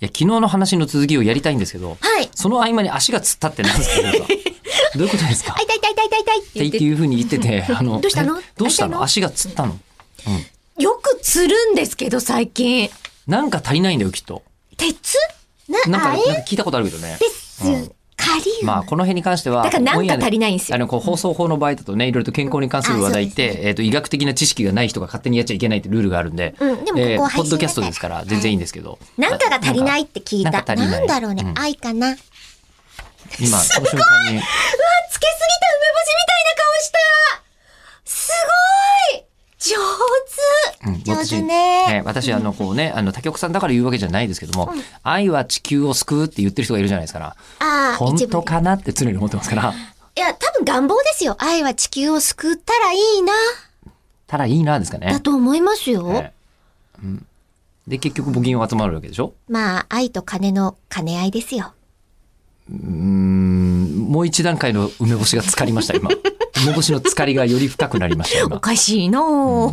や昨日の話の続きをやりたいんですけど、はい。その合間に足がつったってなん ですかどういうことですかあ、痛い痛い痛い痛い痛いってって言っていうふうに言ってて、あの、どうしたのえどうしたの足足がつったの。て、よくつるんですけど、最近。なんか足りないんだよ、きっと。鉄なんな、か、あなんれか聞いたことあるけどね。ですうよん。カリウム。まあ、この辺に関しては、だからなんオンエかアで足りないんですよあの、こう、放送法の場合だとね、いろいろと健康に関する話題って、あそうですえっ、と、医学的な知識がない人が勝手にやっちゃいけないってルールがあるんで、うんでもここは配信ポッドキャストですから、全然いいんですけど。なんかが足りないって聞いた。なんか足りないなんだろうね、うん愛かな。つけす今、この瞬間に、ぎた梅干しみたいな顔したすごい上手、上手ね。えー私、あの、こうね、あの、他局さんだから言うわけじゃないですけども、愛は地球を救うって言ってる人がいるじゃないですか。ああ、本一部当。かなって常に思ってますから、いや、多分願望ですよ。愛は地球を救ったらいいな、ただいいなですかだね。と思いますよ。えーうんで、結局募金は集まるわけでしょまあ、愛と金の兼ね合いですよ。うーん、もう一段階の梅干しが浸かりました、 今。梅干しの浸かりがより深くなりました、今お。かしいなあ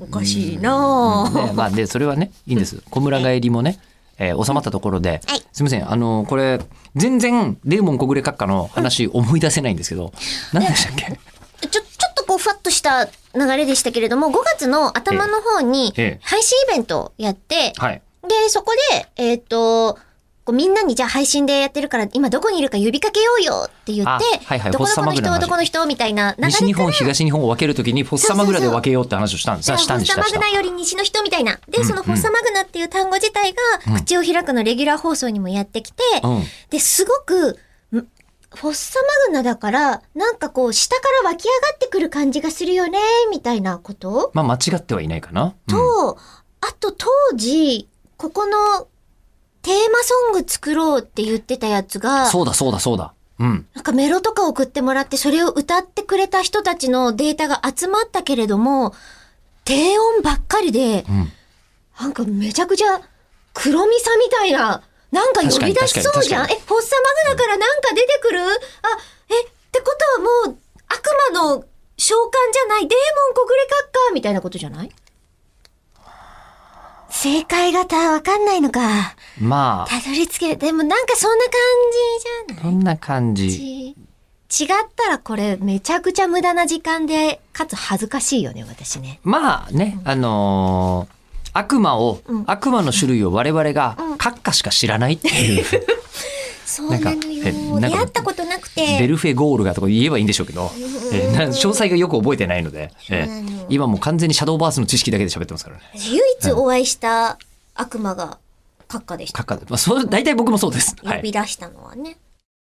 おかしいなあね、まあでそれはねいいんです小村帰りもね、えー収まったところで、はいすいませんあのこれ全然デーモン小暮閣下の話思い出せないんですけど、何でしたっ けちょ、ちょっとこう、ふわっとした流れでしたけれども、5月の頭の方にええ、配信イベントをやって、はいで、そこで、えっ、と、こうみんなにじゃあ配信でやってるから、今どこにいるか呼びかけようよって言あって、はいはいどこフォッサどこマのグ人ラのは話どこの人みたいな流れ西日本東日本を分けるときにフォッサマグラで分けようって話をしたんですそうしたんでしフォたッサマグナより西の人みたいな。で、そのフォッサマグナっていう単語自体うんが、口を開くのレギュラー放送にもやってきて、うんで、すごく、んフォッサマグナだから、なんかこう、下から湧き上がってくる感じがするよね、みたいなことまあ間違ってはいないかな、うんと、あと当時、ここのテーマソング作ろうって言ってたやつが、そうだそうだそうだうんなんかメロとか送ってもらって、それを歌ってくれた人たちのデータが集まったけれども、低音ばっかりで、うんなんかめちゃくちゃ黒みさみたいな、なんか呼び出しそうじゃん。え、確かフォッサマグナからなんか出てくるあ、え、ってことはもう悪魔の召喚じゃない、デーモン小暮閣下みたいなことじゃない正解型わかんないのか。まあたどり着ける。でもなんかそんな感じじゃないそんな感じち違ったらこれめちゃくちゃ無駄な時間で、かつ恥ずかしいよね、私ね。まあねあのー悪魔を、うん悪魔の種類を我々がうん閣下しか知らないっていうそうなのなんかよ。えな出んか会ったことなくて。 ベルフェゴールがとか言えばいいんでしょうけど、んえーな詳細がよく覚えてないので、えそうなーの今もう完全にシャドーバースの知識だけで喋ってますからね。唯一お会いした悪魔が閣下でした。閣下で、まあ、そう大体僕もそうです。は呼びい、出したのはね。